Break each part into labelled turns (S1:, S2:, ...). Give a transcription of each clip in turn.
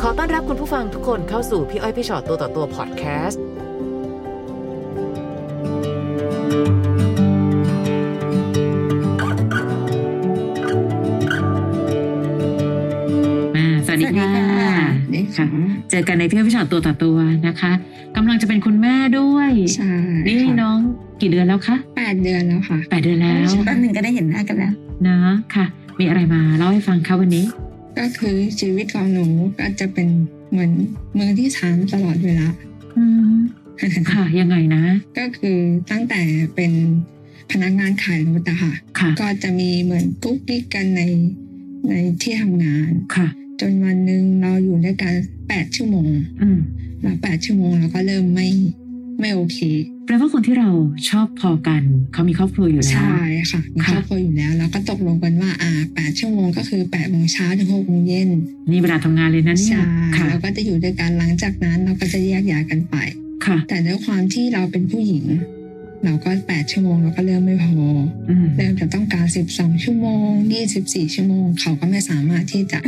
S1: ขอต้อนรับคุณผู้ฟังทุกคนเข้าสู่พี่อ้อยพี่ชอตตัวต่อตัวพอดแคสต์
S2: อ่าสวัสดีค่ะ
S3: ได้ค่ะ
S2: เจอกันในเที่ยวพิชอตตัวต่อตัวนะคะกำลังจะเป็นคุณแม่ด้วย
S3: ใช่
S2: นี่
S3: ค่ะ
S2: น้องกี่เดือนแล้วคะ
S3: แปดเดือนแล้วค่ะ
S2: แปดเดือนแล้ว
S3: แป๊บหนึ่งก็ได้เห็นหน้ากันแล้ว
S2: นะค่ะ มีอะไรมาเล่าให้ฟังคะวันนี้
S3: ก็คือชีวิตของหนูก็จะเป็นเหมือนมือที่สามตลอดเวลา
S2: อืมค่ะ ยังไงนะ
S3: ก็คือตั้งแต่เป็นพนักงานขายรถอะค่ะ
S2: ค่ะ
S3: ก็จะมีเหมือนกุ๊กกิ๊กกันในในที่ทำงาน
S2: ค่ะ
S3: จนวันหนึ่งเราอยู่ด้วยกันแปดชั่วโมง
S2: อืม
S3: แล้วแปดชั่วโมงเราก็เริ่มไม่ไม่โอเค
S2: แปลว่าคนที่เราชอบพอกันเขามีครอบครัวอยู่แล้ว
S3: ใช่ค่ะมีครอบครัวอยู่แล้วเราก็ตกลงกันว่าอ่าแปดชั่วโมงก็คือแปดโมงเช้าถึงหกโมงเย็น
S2: นี่เวลาทำงานเลยนะเนี่ย
S3: ใช่
S2: ค่ะ
S3: เราก็จะอยู่ด้วยกันหลังจากนั้นเราก็จะแยกย้ายกันไป
S2: ค่ะ
S3: แต่ด้วยความที่เราเป็นผู้หญิง เราก็แปดชั่วโมงเราก็เริ่มไม่พอ
S2: อืม
S3: เริ่มจะต้องการสิบสองชั่วโมงยี่สิบสี่ชั่วโมง เขาก็ไม่สามารถ ที่จะ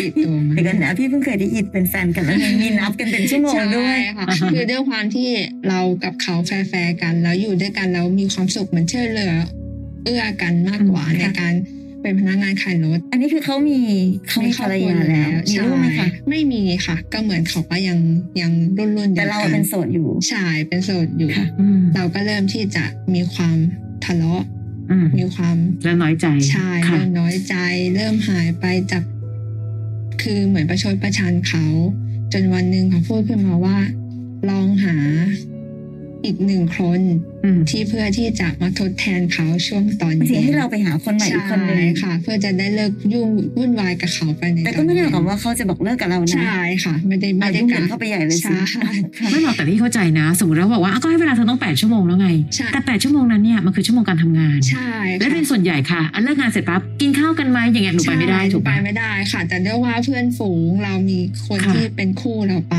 S3: ปิดตัวมัน
S4: เดี๋ยวกันนะพี่เพิ่งเคยได้ยินเป็นแฟนกันแล้วยังมีนับกันเป็นชั่วโมงด้วย
S3: ใช่ค่ะคือด้วยความที่เรากับเขาแฟร์ๆกันแล้วอยู่ด้วยกันแล้วมีความสุขเหมือนเชื่อเหลือ เอื้อกันมากกว่า
S4: อืม
S3: ใน
S4: ค่ะ
S3: การเป็นพนักงานขายรถ
S4: อันนี้คือเขามีเขามีภรรยาแล้วมี
S3: ใช่
S4: ลูกไหมคะ
S3: ไม่มีค่ะ ก็เหมือนเขาก็ยังยังรุ่นรุ่น
S4: แต่เราเป็นโสดอยู่
S3: ชายเป็นโสดอยู่
S4: ค่ะ
S2: อืม
S3: เราก็เริ่มที่จะมีความทะเลาะ
S2: อืม
S3: มีความ
S2: แล้วน้อยใจ
S3: ชาย
S2: ค่ะ
S3: เริ่มน้อยใจ เริ่มหายไปจาก คือเหมือนประชดประชันเขา จนวันหนึ่งเขาพูดขึ้นมาว่า ลองหาอีกหนึ่งคน
S2: อืม
S3: ที่เพื่อที่จะมาทดแทนเขาช่วงตอน
S4: เสี
S3: เย็
S4: ย
S3: น
S4: ให้เราไปหาคนใหม่อีกคนหนึ่ง
S3: ใช่ค่ะ เพื่อจะได้เลิกยุ่งวุ่นวายกับเขาไปใน
S4: แต่ก็ไม่ได้ห
S3: ต
S4: มา
S3: อน
S4: ยค
S3: เย็
S4: วาม
S3: น
S4: ว่าเขาจะบอกเลิกกับเรานะ
S3: ใช่ค่ะ ไม่ได้ไม่
S4: เรา
S3: ได้
S4: ยุ่ง
S3: กั
S4: กัน
S3: น
S4: เข้าไปใหญ่เลยสิ
S3: ใช่
S4: ค่ะ
S2: ไม่หรอกแต่พี่เข้าใจนะ สมมติเราบอกว่าอ่ะก็ให้เวลาเธอต้องแปดชั่วโมงแล้วไง
S3: ใช่
S2: แต่แปดชั่วโมงนั้นเนี่ยมันคือชั่วโมงการทำงาน
S3: ใช่
S2: และ
S3: ค่ะ
S2: เป็นส่วนใหญ่ค่ะอันเลิกงานเสร็จปั๊บกินข้าวกันไหมอย่างเงี้ยหนูไปไม่ได้
S3: ใช่
S2: ถูก
S3: ไป
S2: ไหม
S3: ไม่ได้ค่ะ แต่ด้วยว่าเพื่อนฝูงเรามีคน
S2: ค่ะ
S3: ที่เป็นคู่เราไป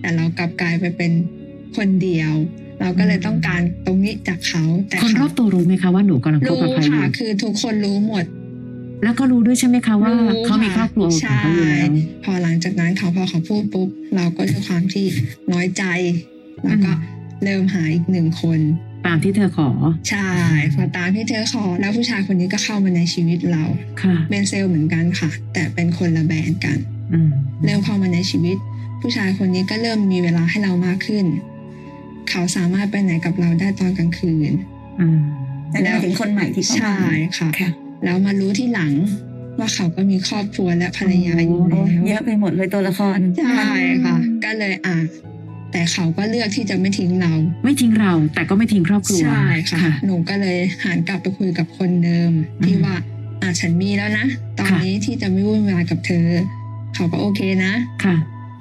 S3: แต่เรากลับกลายไปเป็นคนเดียว เราก็เลย
S2: อืม
S3: ต้องการตรงนี้จากเขาแต่
S2: คนรอบตัวรู้ไหมคะว่าหนูกำลังคบ
S3: รู้
S2: กับใครอ
S3: ค่ะ
S2: ยู่
S3: คือทุกคนรู้หมด
S2: แล้วก็รู้ด้วยใช่ไหมคะว่า
S3: รู้
S2: เขามี
S3: ค่ะ
S2: ครอบครัวของ
S3: ใช่
S2: เขาอยู่แล้ว
S3: พอหลังจากนั้นเขาพอเขาพูดปุ๊บเราก็ด้วยความที่น้อยใจแล้วก็
S2: อืม
S3: เริ่มหาอีกหนึ่งคน
S2: ตามที่เธอขอ
S3: ใช่พอตามที่เธอขอแล้วผู้ชายคนนี้ก็เข้ามาในชีวิตเรา
S2: ค่ะ
S3: เป็นเซลล์เหมือนกันค่ะ แต่เป็นคนละแบรนด์กัน
S2: อืม
S3: เริ่มเข้ามาในชีวิต ผู้ชายคนนี้ก็เริ่มมีเวลาให้เรามากขึ้น เขาสามารถไปไหนกับเราได้ตอนกลางคืน
S2: อืม
S4: แต่หมายถึงคนใหม่ที่เข้า
S3: ใช่
S4: มา
S3: ค่ะ
S4: ค่ะ
S3: แล้วมารู้ที่หลังว่าเขาก็มีครอบครัวและภรรยาอยู่
S4: โอ้เย
S3: แล้ว
S4: อะไปหมดเลยตัวละคร
S3: ใช่ค่ะ ก็เลยอ่ะแต่เขาก็เลือกที่จะไม่ทิ้งเรา
S2: ไม่ทิ้งเราแต่ก็ไม่ทิ้งครอบครัว
S3: ใช่ค่ะ หนูก็เลยหันกลับไปคุยกับคนเดิม ที่ว่าอ่ะฉันมีแล้วนะตอนนี้ที่จะไม่วุ่นวายกับเธอ เขาก็โอเคนะ
S2: ค่ะ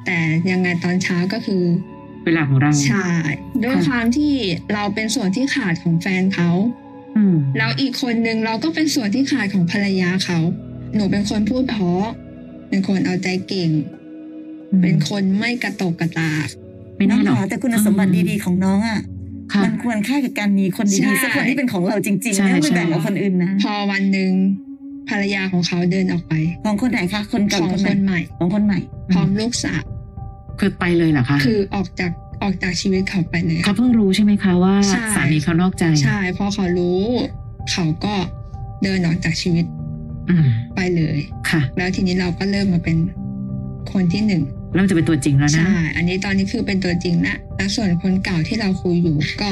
S3: แต่ยังไงตอนเช้าก็คือ
S2: เวลาของเรา
S3: ใช่ด้วยความที่เราเป็นส่วนที่ขาดของแฟนเขา
S2: อืม
S3: แล้วอีกคนนึงเราก็เป็นส่วนที่ขาดของภรรยาเขา หนูเป็นคนพูดเพราะเป็นคนเอาใจเก่ง เป็นคนไม่กระตกกระตาก
S2: ไม่
S4: น้อ
S2: แน่
S4: ง
S2: หรอก
S4: ขอแต่คุณสมบัติดีๆของน้องอ่ะ
S2: ค่ะ
S4: มันควรค่ากับการมีคน
S3: ใช่
S4: ดีๆสักคนที่เป็นของเราจริง
S2: ใช่
S4: ๆไม่ต้องไปแบ่งกับคนอื่นนะ
S3: พอวันหนึ่งภรรยาของเขาเดินออกไป
S4: ของคนไหนคะคน
S3: ข
S4: เก่า
S3: อง
S4: คน
S3: ค
S4: ใหม่
S3: นใหม่
S4: ของคนใหม่
S3: พร้อมลูกสาว
S2: คือไปเลยเหรอคะ
S3: คือออกจากออกจากชีวิตเขาไปเลย
S2: เขาเพิ่งรู้ใช่ไหมคะว่า
S3: ใช่
S2: สามีเขานอกใจ
S3: ใช่พอเขารู้ เขาก็เดินออกจากชีวิต
S2: อืม
S3: ไปเลย
S2: ค่ะ
S3: แล้วทีนี้เราก็เริ่มมาเป็นคนที่หนึ่ง
S2: เริ่มจะเป็นตัวจริงแล้วนะ
S3: ใช่ อันนี้ตอนนี้คือเป็นตัวจริงนะแล้วส่วนคนเก่าที่เราคุยอยู่ก็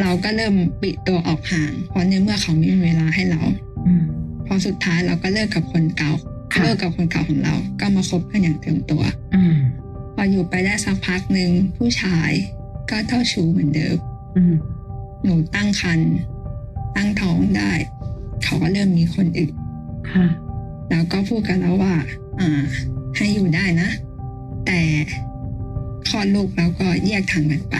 S3: เราก็เริ่มปิดตัวออกห่าง เพราะในเมื่อเขาไม่มีเวลาให้เรา
S2: อืม
S3: พอสุดท้ายเราก็เลิกกับคนเก่า
S2: ค่ะ
S3: เลิกกับคนเก่าของเรา ก็มาคบกันอย่างเต็มตัว
S2: อืม
S3: พออยู่ไปได้สักพักหนึ่งผู้ชายก็เท่าชู้เหมือนเดิม
S2: อืม
S3: หนูตั้งครรภ์ตั้งท้องได้ เขาก็เริ่มมีคนอื่น
S2: ค่ะ
S3: แล้วก็พูดกันแล้วว่า อ่า ให้อยู่ได้นะ แต่คลอดลูกแล้วก็แยกทางกันไป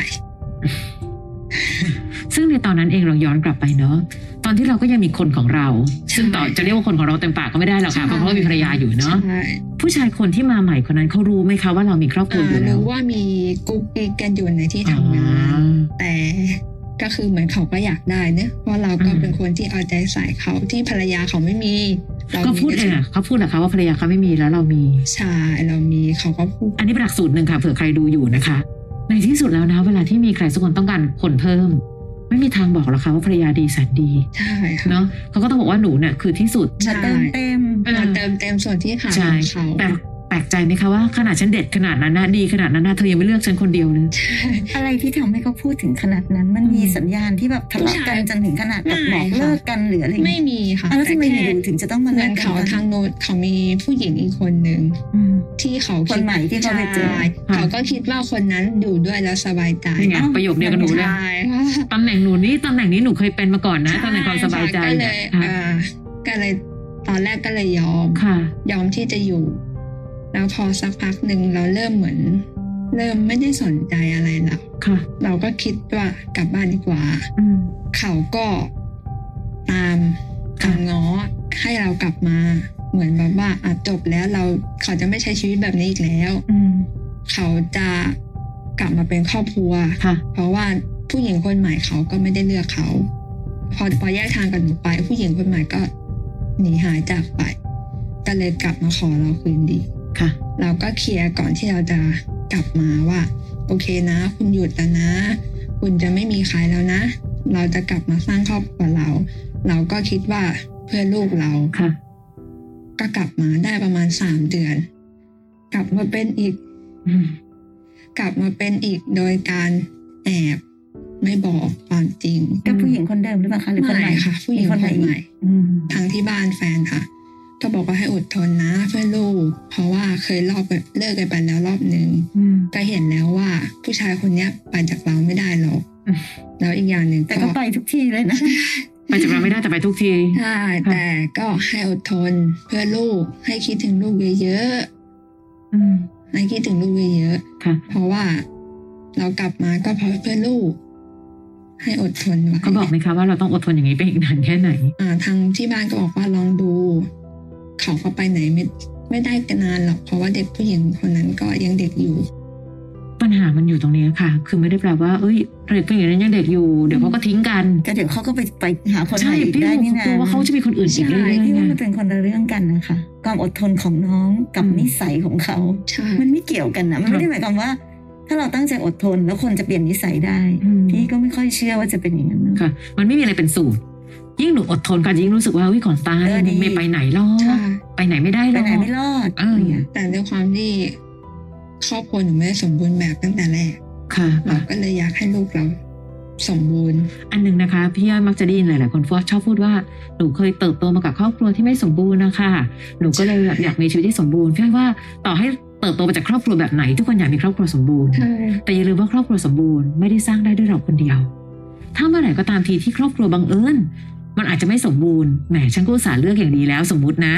S2: ซึ่งในตอนนั้นเองเราย้อนกลับไปเนอะตอนที่เราก็ยังมีคนของเรา
S3: ใช่
S2: ซึ่งต่อจะเรียกว่าคนของเราเต็มปากก็ไม่ได้หรอกค่ะ เพราะเขาก็มีภรรยาอยู่เนอะ
S3: ใช่
S2: ผู้ชายคนที่มาใหม่คนนั้นเขารู้ไหมคะว่าเรามีครอบครัว
S3: อ่า
S2: อยู่แล้ว
S3: รู้ว่ามีกุ๊กกิ๊กกันอยู่ในที่
S2: อ๋
S3: ทำงาน
S2: อ
S3: แต่ ก็คือเหมือนเขาก็อยากได้เนอะเพราะเราก็
S2: อืม
S3: เป็นคนที่เอาใจใส่เขาที่ภรรยาเขาไม่มีเรา
S2: ก็พูดเอ
S3: มี
S2: งอะเขาพูดเหรอคะว่าภรรยาเขาไม่มีแล้วเรามี
S3: ใช่เรามีเขาก็พูด
S2: อันนี้เป็นหลักสูตรหนึ่งค่ะเผื่อใครดูอยู่นะคะ ในที่สุดแล้วนะ เวลาที่มีใครสักคนต้องการคนเพิ่ม ไม่มีทางบอกหรอกค่ะว่าภรรยาดีแสนดี
S3: ใช่ค่ะ
S2: เนาะเขาก็ต้องบอกว่าหนูเนี่ยคือที่สุด
S4: มา
S3: ใช่
S4: เติมเต็ม
S3: มาเติมเต็มส่วนที่ขาด
S2: ใช่
S3: ของเขา
S2: แต่แปลกใจไหมคะว่าขนาดฉันเด็ดขนาดนั้นนะดีขนาดนั้นนะเธอยังไม่เลือกฉันคนเดียวเลย
S3: ใช่
S4: อะไรที่ทำให้เขาพูดถึงขนาดนั้น มันมี
S2: อืม
S4: สัญญาณที่แบบทะเลาะ
S3: ผู้
S4: กัน
S3: ชาย
S4: จนถึงขนาดแบบ
S3: ไม่
S4: บอก
S3: ค่ะ
S4: เลิกกันหรืออะไรอย่าง
S3: ไม่
S4: เงี้ย
S3: มีค่ะ
S4: อ่ะแล้วทำไม
S3: ต่
S4: อ
S3: ค่
S4: ยู่ๆถึงจะต้องมา
S3: เหมื
S4: เลิ
S3: อน
S4: กกั
S3: เขา
S4: น
S3: ทางโน้นเขามีผู้หญิงอีกคนหนึ่ง
S2: อืม
S3: ที่เขา
S4: ค
S3: คิ
S4: น
S3: ด
S4: ใหม่ที่เขาไปเจอ
S3: ใช่เขาก็คิดว่าคนนั้นอยู่ด้วยแล้วสบายใจ
S2: นี่ไง
S4: อ้าว
S2: ประโยคเดียวกับหนูเลย
S3: ใช่ค่ะ
S2: ตำแหน่งหนูนี่ตำแหน่งนี้หนูเคยเป็นมาก่อนนะตำแหน่งความสบายใจ
S3: ก็เล
S2: เนี่ย
S3: ย
S2: ค่ะ
S3: อ่าก็เลยตอนแรกก็เลยยอม
S2: ค่ะ
S3: ยอมที่จะอยู่ แล้วพอสักพักหนึ่งเราเริ่มเหมือน เริ่มไม่ได้สนใจอะไรแล้ว
S2: ค่ะ
S3: เราก็คิดว่ากลับบ้านดีกว่า
S2: อืม
S3: เขาก็ตาม
S2: ค่ะ
S3: คำง้อให้เรากลับมา เหมือนแบบว่าอ่ะจบแล้วเราเขาจะไม่ใช้ชีวิตแบบนี้อีกแล้ว
S2: อืม
S3: เขาจะกลับมาเป็นครอบครัว
S2: ค่ะ
S3: เพราะว่าผู้หญิงคนใหม่เขาก็ไม่ได้เลือกเขา พอพอแยกทางกันหนูไป ผู้หญิงคนใหม่ก็หนีหายจากไปก็เลยกลับมาขอเราคืนดี
S2: ค่ะ
S3: เราก็เคลียร์ก่อนที่เราจะกลับมาว่า โอเคนะ คุณหยุดแล้วนะ คุณจะไม่มีใครแล้วนะ เราจะกลับมาสร้างครอบครัวเรา เราก็คิดว่าเพื่อลูกเรา
S2: ค่ะ
S3: ก็กลับมาได้ประมาณสามเดือน กลับมาเป็นอีก
S2: อืม
S3: กลับมาเป็นอีกโดยการแอบไม่บอกความจริง
S4: กับผู้หญิงคนเดิมหรือเปล่าคะหรือคนใหม่
S3: ค่ะ ผู้หญิงคนใหม่
S4: อีกอืม
S3: ทางที่บ้านแฟนค่ะ ก็บอกว่าให้อดทนนะเพื่อลูก เพราะว่าเคยรอบแบบเลิกกันไปแล้วรอบหนึ่ง
S2: อืม
S3: ก็เห็นแล้วว่าผู้ชายคนเนี้ยไปจากเราไม่ได้หรอก
S2: อืม
S3: แล้วอีกอย่างหนึ่ง
S4: แต่ก็ไปทุกที่เลยนะ
S2: ไปจากเราไม่ได้แต่ไปทุกที
S3: ใช่แต่ก็ให้อดทนเพื่อลูก ให้คิดถึงลูกเยอะ
S2: อืม
S3: ๆให้คิดถึงลูกเยอะ
S2: ค่ะ
S3: ๆเพราะว่าเรากลับมาก็เพราะเพื่อลูก ให้อดทนไว้
S2: เขาบอกไหมคะว่าเราต้องอดทนอย่างนี้ไปอีกนานแค่ไหน
S3: อ่าทางที่บ้านก็บอกว่าลองดู เขาก็ไปไหนไม่ไม่ได้กันนานหรอก เพราะว่าเด็กผู้หญิงคนนั้นก็ยังเด็กอยู่
S2: ปัญหามันอยู่ตรงนี้ค่ะ คือไม่ได้แปลว่า เอ้ยเด็กผู้หญิงนั้นยังเด็กอยู่ เดี๋ยวเขาก็ทิ้งกัน
S4: ก็เดี๋ยวเขาก็ไปไปหาคนให
S2: ใช่
S4: ม่อีก
S2: พี่
S4: ได้นี่
S2: ก
S4: นะ
S2: ลัวว่าเขาจะมีคนอื่นอีก
S3: ใช่
S2: เรื่อย
S4: พี่
S2: ๆ
S4: ว่า
S2: ไง
S4: มันเป็นคนละเรื่องกันนะคะ ความอดทนของน้องกับ
S2: อืม
S4: นิสัยของเขา
S3: ใช่
S4: มันไม่เกี่ยวกันนะมันไม่ได้หมายความว่า ถ้าเราตั้งใจอดทนแล้วคนจะเปลี่ยนนิสัยได้
S2: อืม
S4: พี่ก็ไม่ค่อยเชื่อว่าจะเป็นอย่างนั้นนะ
S2: ค่ะ มันไม่มีอะไรเป็นสูตร ยิ่งหนูอดทนกันยิ่งรู้สึกว่าวิก่อนตาย
S4: เออดี
S2: มึงไม่ไปไหนหรอก
S3: ใช่
S2: ไปไหนไม่ได้หร
S4: ไป
S2: อก
S4: ไหนไม่รอด
S2: เอออ
S4: ย่างเงี้ย
S3: แต่ด้วยความที่ครอบครัวหนูไม่ได้สมบูรณ์แบบตั้งแต่แรก
S2: ค่ะ
S3: เรา
S2: ค่ะ
S3: ก็เลยอยากให้ลูกเราสมบูรณ์
S2: อันหนึ่งนะคะพี่อ้อยมักจะได้ยินหลายๆคนพวกชอบพูดว่าหนูเคยเติบโตมากับครอบครัวที่ไม่สมบูรณ์นะคะหนูก็เลยแบบอยากมีชีวิตที่สมบูรณ์พี่อ้อยว่าต่อให้เติบโตมาจากครอบครัวแบบไหน ทุกคนอยากมีครอบครัวสมบูรณ์
S3: ใช่
S2: แต่อย่าลืมว่าครอบครัวสมบูรณ์ไม่ได้สร้างได้ด้วยเราคนเดียว ถ้าเมื่อไหร่ก็ตามทีที่ครอบครัวบังเอิญมันอาจจะไม่สมบูรณ์ แหมฉันก็อุตส่าห์เลือกอย่างดีแล้วสมมุตินะ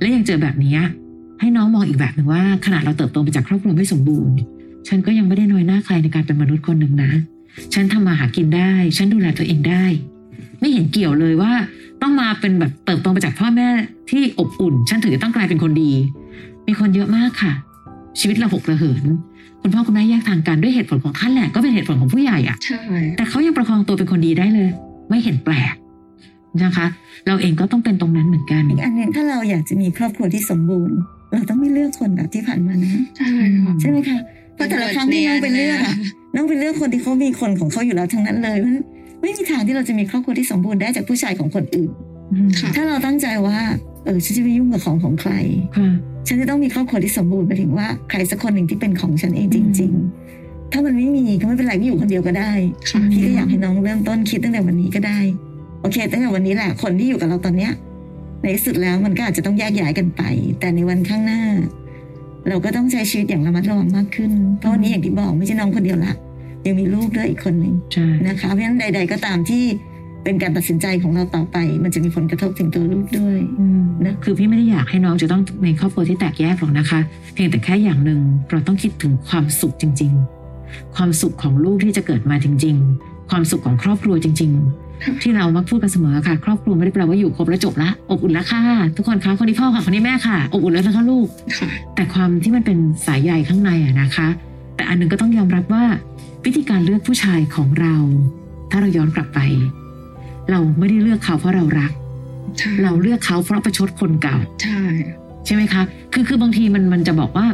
S2: และยังเจอแบบเนี้ยให้น้องมองอีกแบบหนึ่งว่าขนาดเราเติบโตมาจากครอบครัวไม่สมบูรณ์ ฉันก็ยังไม่ได้น้อยหน้าใครในการเป็นมนุษย์คนหนึ่งนะ ฉันทำมาหากินได้ ฉันดูแลตัวเองได้ ไม่เห็นเกี่ยวเลยว่า ต้องมาเป็นแบบเติบโตมาจากพ่อแม่ที่อบอุ่น ฉันถึงจะต้องกลายเป็นคนดี มีคนเยอะมากค่ะ ชีวิตเราหกระเหิน คุณพ่อคุณแม่แยกทางกันด้วยเหตุผลของท่านแหละก็เป็นเหตุผลของผู้ใหญ่อะ
S3: ใช่
S2: แต่เขายังประคองตัวเป็นคนดีได้เลย ไม่เห็นแปลกนะคะ เราเองก็ต้องเป็นตรงนั้นเหมือนกัน
S4: อีกอันหนึ่งถ้าเราอยากจะมีครอบครัวที่สมบูรณ์ เราต้องไม่เลือกคนแบบที่ผ่านมานะ
S3: ใช่ค่ะ
S4: ใช่ไหมคะเพราะแต่ละครั้งที่น้องไปเลือกอะน้องไปเลือกคนที่เขามีคนของเขาอยู่แล้วทั้งนั้นเลยมันไม่มีทางที่เราจะมีครอบครัวที่สมบูรณ์ได้จากผู้ชายของคนอื่น
S2: อืม
S3: ค่ะ
S4: ถ้าเราตั้งใจว่า เออฉันจะไปยุ่งกับของของใคร
S2: ค่ะ
S4: ฉันจะต้องมีครอบครัวที่สมบูรณ์หมายถึงว่าใครสักคนหนึ่งที่เป็นของฉันเองจริง ๆ ถ้ามันไม่มีก็ไม่เป็นไรก็อยู่คนเดียวก็ได้
S3: ค่ะ
S4: พี่ก็อยากให้น้องเริ่มต้นคิดตั้งแต่วันนี้ก็ได้ โอเค ตั้งแต่วันนี้แหละ คนที่อยู่กับเราตอนเนี้ย ในที่สุดแล้วมันก็อาจจะต้องแยกย้ายกันไป แต่ในวันข้างหน้า เราก็ต้องใช้ชีวิตอย่างระมัดระวังมากขึ้น เพราะวันนี้อย่างที่บอกไม่ใช่น้องคนเดียวละ ยังมีลูกด้วยอีกคนหนึ่ง
S2: ใช่
S4: นะคะ เพราะฉะนั้นใด ๆ ก็ตามที่เป็นการตัดสินใจของเราต่อไป มันจะมีผลกระทบถึงตัวลูกด้วย
S2: อืม
S4: นะ
S2: คือพี่ไม่ได้อยากให้น้องจะต้องในครอบครัวที่แตกแยกหรอกนะคะ เพียงแต่แค่อย่างหนึ่งเราต้องคิดถึงความสุขจริง ๆ ความสุขของลูกที่จะเกิดมาจริง ๆ ความสุขของครอบครัวจริง ๆ ที่เรามักพูดกันเสมอค่ะ ครอบครัวไม่ได้แปลว่าอยู่ครบแล้วจบละอบอุ่นละค่ะทุกคนคะคนนี้พ่อค่ะคนนี้แม่ค่ะอบอุ่นแล้วนะคะลูก
S3: ค่ะ
S2: แต่ความที่มันเป็นสายใยข้างในอะนะคะ แต่อันหนึงก็ต้องยอมรับว่าวิธีการเลือกผู้ชายของเรา ถ้าเราย้อนกลับไป เราไม่ได้เลือกเขาเพราะเรารัก
S3: ใช่
S2: เราเลือกเขาเพราะประชดคนเก่า
S3: ใช่
S2: ใช่ไหมคะ คือคือบางทีมันมันจะบอกว่า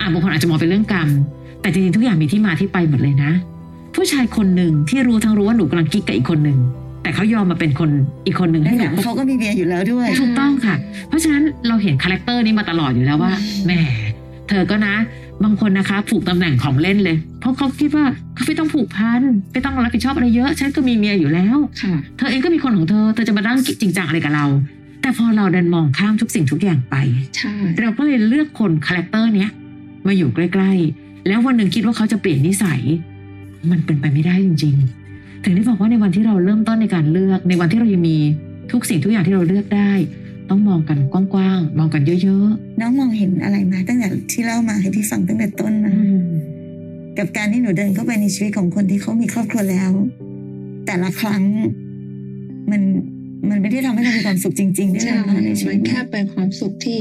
S2: อ่ะบางคนอาจจะมองเป็นเรื่องกรรม แต่จริงๆทุกอย่างมีที่มาที่ไปหมดเลยนะ ผู้ชายคนหนึ่งที่รู้ทั้งรู้ว่าหนูกำลังกิ๊กกับอีกคนหนึ่ง แต่เขายอมมาเป็นคนอีกคนหนึ่ง
S4: และ
S2: ให้ห
S4: ห
S2: นู
S4: นัง
S2: คบ
S4: เขาก็มีเมียอยู่แล้วด้วย
S2: ถูกต้องค่ะ เพราะฉะนั้นเราเห็นคาแรคเตอร์นี้มาตลอดอยู่แล้วว่าแหมเธอก็นะ บางคนนะคะ ผูกตำแหน่งของเล่นเลย เพราะเขาคิดว่าเขาไม่ต้องผูกพันไม่ต้องรับผิดชอบอะไรเยอะฉันก็มีเมียอยู่แล้ว
S3: ค่ะ
S2: เธอเองก็มีคนของเธอเธอจะมาดั้งจริงจังอะไรกับเรา แต่พอเราดันมองข้ามทุกสิ่งทุกอย่างไป
S3: ใช่
S2: เราก็เลยเลือกคนคาแรคเตอร์เนี้ยมาอยู่ใกล้ ๆ แล้ววันหนึ่งคิดว่าเขาจะเปลี่ยนนิสัย มันเป็นไปไม่ได้จริง ๆ ถึงได้บอกว่าในวันที่เราเริ่มต้นในการเลือก ในวันที่เรายังมีทุกสิ่งทุกอย่างที่เราเลือกได้ ต้องมองกันกว้างๆ มองกันเยอะ
S4: น้องมองเห็นอะไรมาตั้งแต่ที่เล่ามาให้พี่ฟังตั้งแต่ต้นนะ
S2: ๆ
S4: กับการที่หนูเดินเข้าไปในชีวิตของคนที่เขามีครอบครัวแล้ว แต่ละครั้งมันมันไม่ได้ทำให้เรามีความสุขจริงๆได้เล
S3: ใช่
S4: ยนะในชี
S3: มั
S4: วิต
S3: นแค่เป็นความสุขที่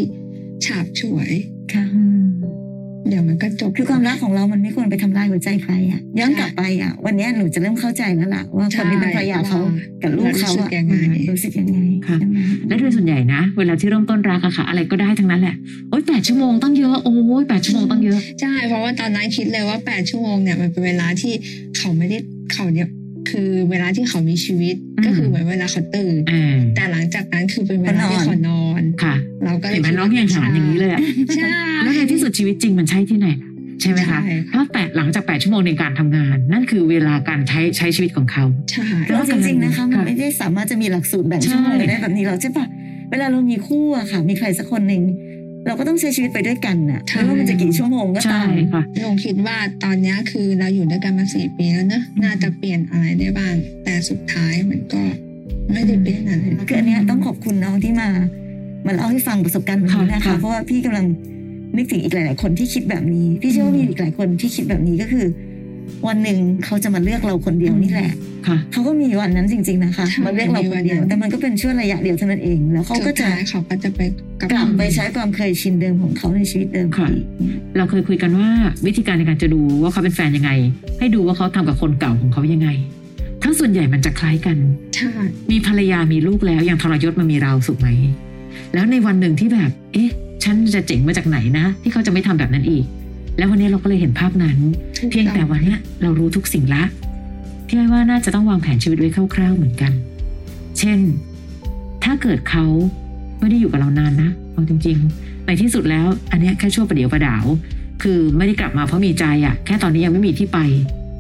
S3: ฉาบฉวย
S4: ค่ะ
S3: เดี๋ยวมันก็จบ
S4: คือความรักของเรามันไม่ควรไปทำลายหัวใจใครอ่ะย้อนกลับไปอ่ะ วันเนี้ยหนูจะเริ่มเข้าใจแล้วล่ะว่าคนที่เป็นภรรยาเขากับลูกเขา
S3: รู้สึ
S4: อ่ะ
S3: กยังไง
S4: รู้สึกยังไง
S2: ค่ะ
S4: ใช่ไหม
S2: และโดยส่วนใหญ่นะ เวลาที่เริ่มต้นรักอะค่ะ อะไรก็ได้ทั้งนั้นแหละ โอ๊ยแปดชั่วโมงตั้งเยอะโอ๊ยแปดชั่วโมงตั้งเยอะ
S3: ใช่เพราะว่าตอนนั้นคิดเลยว่า 8 ชั่วโมงเนี่ยมันเป็นเวลาที่เขาไม่ได้เขาเนี่ยคือเวลาที่เขามีชีวิต
S2: อืม
S3: ก็คือเหมือนเวลาเขาตื่น
S2: อ่า
S3: แต่หลังจากนั้นคือเป็นเวลาที่
S4: เขานอน
S3: เขานอน
S2: ค่ะ
S3: เราก็ล
S2: เห็นไหม
S3: คิด
S2: น้
S3: ว่
S2: องยังหาอย่างนี้เลยอะ
S3: ใช่
S2: แล้วในที่สุดชีวิตจริงมันใช่ที่ไหนล่ะใช่ไหมคะ
S3: ใช่
S2: ถ้าแปดหลังจากแปดชั่วโมงในการทำงาน นั่นคือเวลาการใช้ใช้ชีวิตของเขา
S3: ใช่
S4: แล้วจริงๆนะคะมัน
S2: ค่ะ
S4: ไม่ได้สามารถจะมีหลักสูตรแบ่งชั่วโมง
S2: ใช่
S4: ได้แบบนี้หรอกใช่ปะเวลาเรามีคู่อะค่ะ มีใครสักคนหนึ่งเราก็ต้องใช้ชีวิตไปด้วยกันน่ะไม่ว่ามันจะกี่ชั่วโมงก็
S2: ใช่
S4: ตาม
S2: ค่ะ
S3: หนูคิดว่าตอนเนี้ยคือเราอยู่ด้วยกันมาสี่ปีแล้วเนอะน่าจะเปลี่ยนอะไรได้บ้าง แต่สุดท้ายมันก็ไม่ได้เปลี่ยนอะไร
S4: คืออันเนี้ยต้องขอบคุณน้องที่มามาเล่าให้ฟังประสบการณ์แบบนี้นะ
S2: ค่ะ
S4: คะ เพราะว่าพี่กำลังนึกถึงอีกหลาย ๆ คนที่คิดแบบนี้ พี่เชื่อว่า
S2: อืม
S4: มีอีกหลายคนที่คิดแบบนี้ก็คือ วันหนึ่งเขาจะมาเลือกเราคนเดียวนี่แหละ
S2: ค่ะ
S4: เขาก็มีวันนั้นจริง ๆ นะคะ
S3: ใช่
S4: มาเลือกเราคน
S3: มี
S4: เดียว
S3: วันนั้น
S4: แต่มันก็เป็นช่วงระยะเดียวเท่านั้นเองแล้วเขา
S3: สุ
S4: ก็
S3: ด
S4: จะ
S3: ท้ายเขาก็จะไป
S4: กลับไปใช้ความเคยชินเดิมของเขาในชีวิตเดิม
S2: ค่ะ
S4: อีก
S2: เราเคยคุยกันว่าวิธีการในการจะดูว่าเขาเป็นแฟนยังไง ให้ดูว่าเขาทำกับคนเก่าของเขายังไงเพราะส่วนใหญ่มันจะคล้ายกัน
S3: ใช่
S2: มีภรรยามีลูกแล้วยังทรยศมามีเราสุขไหม แล้วในวันหนึ่งที่แบบ เอ๊ะ ฉันจะเจ๋งมาจากไหนนะ ที่เขาจะไม่ทำแบบนั้นอีก แล้ววันนี้เราก็เลยเห็นภาพนั้น เพียงแต่วันเนี้ยเรารู้ทุกสิ่งละพี่อ้อยว่าน่าจะต้องวางแผนชีวิตไว้คร่าวๆเหมือนกัน เช่น ถ้าเกิดเขาไม่ได้อยู่กับเรานานนะเอาจริงๆ ในที่สุดแล้ว อันเนี้ยแค่ชั่วประเดี๋ยวประดาว คือไม่ได้กลับมาเพราะมีใจอะแค่ตอนนี้ยังไม่มีที่ไป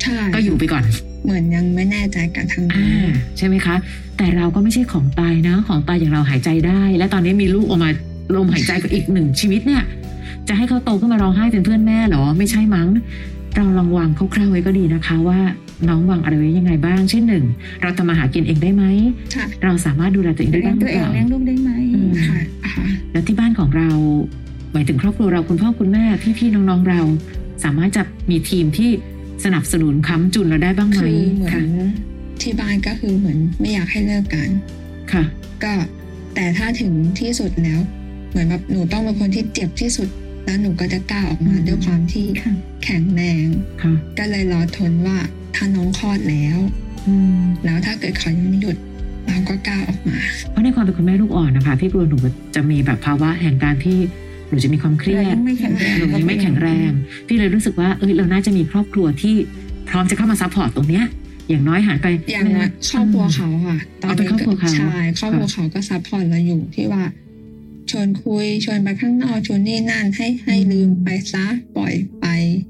S3: ใช่
S2: ก็อยู่ไปก่อน
S3: เหมือนยังไม่แน่ใจกันทั้งนั้น
S2: อ่าใช่ไหมคะ แต่เราก็ไม่ใช่ของตายนะ ของตายอย่างเราหายใจได้ และตอนนี้มีลูกออกมาลมหายใจกับอีกหนึ่งชีวิตเนี่ย จะให้เขาโตขึ้นมาร้องไห้เป็นเพื่อนแม่เหรอ ไม่ใช่มั้ง เราลองวางคร่าวๆไว้ก็ดีนะคะ ว่าน้องวางอะไรไว้ยังไงบ้าง เช่นหนึ่งเราทำมาหากินเองได้ไหม
S3: ใช่
S2: เราสามารถดูแลตัวเองได้
S4: เลี้ย
S2: บ้าง งหรื
S4: ตัว
S2: อ
S4: เอ
S2: เปล่า
S4: งเลี้ยงลูกได้ไหม
S2: อืม
S3: ค่ะอ่า
S2: แล้วที่บ้านของเราหมายถึงครอบครัวเราคุณพ่อคุณแม่พี่ๆน้องๆเรา สามารถจะมีทีมที่สนับสนุนค้ำจุนเราได้บ้างไหม
S3: คือเหมือ
S2: ค่ะ
S3: นที่บ้านก็คือเหมือนไม่อยากให้เลิกกัน
S2: ค่ะ
S3: ก็แต่ถ้าถึงที่สุดแล้ว เหมือนแบบหนูต้องเป็นคนที่เจ็บที่สุด แล้วหนูก็จะกล้าออกมา
S2: อืม
S3: ด้วยความที่
S4: ค่ะ
S3: แข็งแรง
S2: ค่ะ
S3: ก็เลยรอทนว่าถ้าน้องคลอดแล้ว
S2: อืม
S3: แล้วถ้าเกิดเขายังไม่หยุด เราก็กล้าออกมา
S2: เพราะในความเป็นคุณแม่ลูกอ่อนนะคะพี่กลัวหนูจะมีแบบภาวะแห่งการที่หนูจะมีความเครียด
S4: ไม่แข็งแรง
S2: หนูยังไม่แข็งแรง พี่เลยรู้สึกว่าเอ้ยเราน่าจะมีครอบครัวที่พร้อมจะเข้ามาซัพพอร์ตตรงเนี้ย อย่างน้อยหันไป
S3: อย่างน้อยครอบครัวเขาค่ะตอน
S2: เอา
S3: นี้
S2: เป็นครอบครัวเขา
S3: ใช่ครอบครัวเขาก็ซัพพอร์ตเราอยู่ที่ว่า ชวนคุยชวนไปข้างนอกชวนนี่นั่นให้ให้
S2: อืม
S3: ลืมไปซะปล่อยไป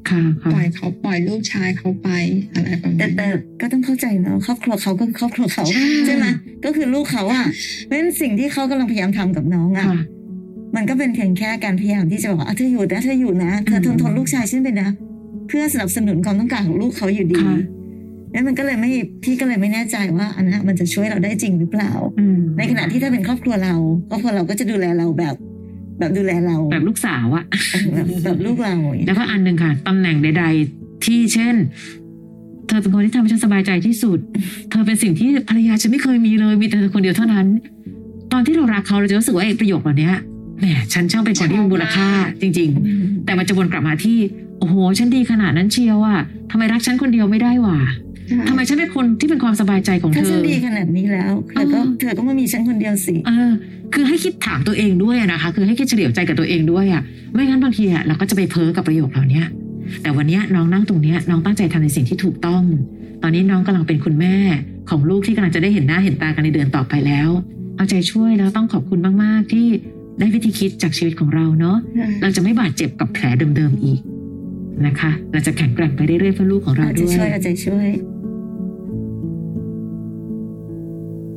S2: ค่ะค่ะ
S3: ปล่อยเขาปล่อยลูกชายเขาไปอะไรประมา
S4: แต่
S3: ณ
S4: แต่
S3: นั้น
S4: ก็ต้องเข้าใจเนาะครอบครัวเขาก็คือครอบครัวเขา
S3: ใช่
S4: ไหมก็คือลูกเขาอ่ะเพราะฉะนั้นสิ่งที่เขากำลังพยายามทำกับน้องอ่ะ
S2: ค่ะ
S4: มันก็เป็นเพียงแค่การพยายามที่จะบอกว่าอ่ะเธออยู่นะเธออยู่นะเธอทน
S2: อืม
S4: ทนลูกชายฉันไปนะเพื่อสนับสนุนความต้องการของลูกเขาอยู่ดี
S2: ค่ะ
S4: นั้นมันก็เลยไม่พี่ก็เลยไม่แน่ใจว่าอันนั้นมันจะช่วยเราได้จริงหรือเปล่า
S2: อืม
S4: ในขณะที่ถ้าเป็นครอบครัวเราครอบครัวเราก็จะดูแลเราแบบ แบบดูแลเรา
S2: แบบลูกสาวอะ
S4: แบบแบบลูกเราอย่างเงี้ย
S2: แล้วก็อันหนึ่งค่ะตำแหน่งใด ๆ ที่เช่น เธอเป็นคนที่ทำให้ฉันสบายใจที่สุด เธอเป็นสิ่งที่ภรรยาฉันไม่เคยมีเลยมีแต่เธอคนเดียวเท่านั้น ตอนที่เรารักเขาเราจะรู้สึกว่าไอ้ประโยคเหล่านี้แหมฉันช่างเป็นคนที่มีมูลค่าจริง ๆ แต่มันจะวนกลับมาที่ โอ้โห ฉันดีขนาดนั้นเชียวอะทำไมรักฉันคนเดียวไม่ได้วะ
S3: ใช่
S2: ทำไมฉันเป็นคนที่เป็นความสบายใจของ
S4: ถ้า
S2: เธ
S4: ฉั
S2: อ
S4: นดีขนาดนี้แล้วเธอก็
S2: อ่า
S4: เธอก็ไม่มีฉันคนเดียวสิ
S2: เออ คือให้คิดถามตัวเองด้วยอะนะคะ คือให้คิดเฉลียวใจกับตัวเองด้วยอะไม่งั้นบางทีอะเราก็จะไปเพ้อกับประโยคเหล่าเนี้ย แต่วันเนี้ยน้องนั่งตรงเนี้ยน้องตั้งใจทำในสิ่งที่ถูกต้อง ตอนนี้น้องกำลังเป็นคุณแม่ของลูกที่กำลังจะได้เห็นหน้าเห็นตากันในเดือนต่อไปแล้ว เอาใจช่วยแล้วต้องขอบคุณมากๆ ที่ได้วิธีคิดจากชีวิตของเราเนาะ
S3: ใช่
S2: เราจะไม่บาดเจ็บกับแผลเดิมๆอีกนะคะ เราจะแข็งแกร่งไปเรื่อยๆเพื่อลูกของเรา
S4: เอาใจ
S2: ด้วย
S4: ช่วยเอาใจช่วย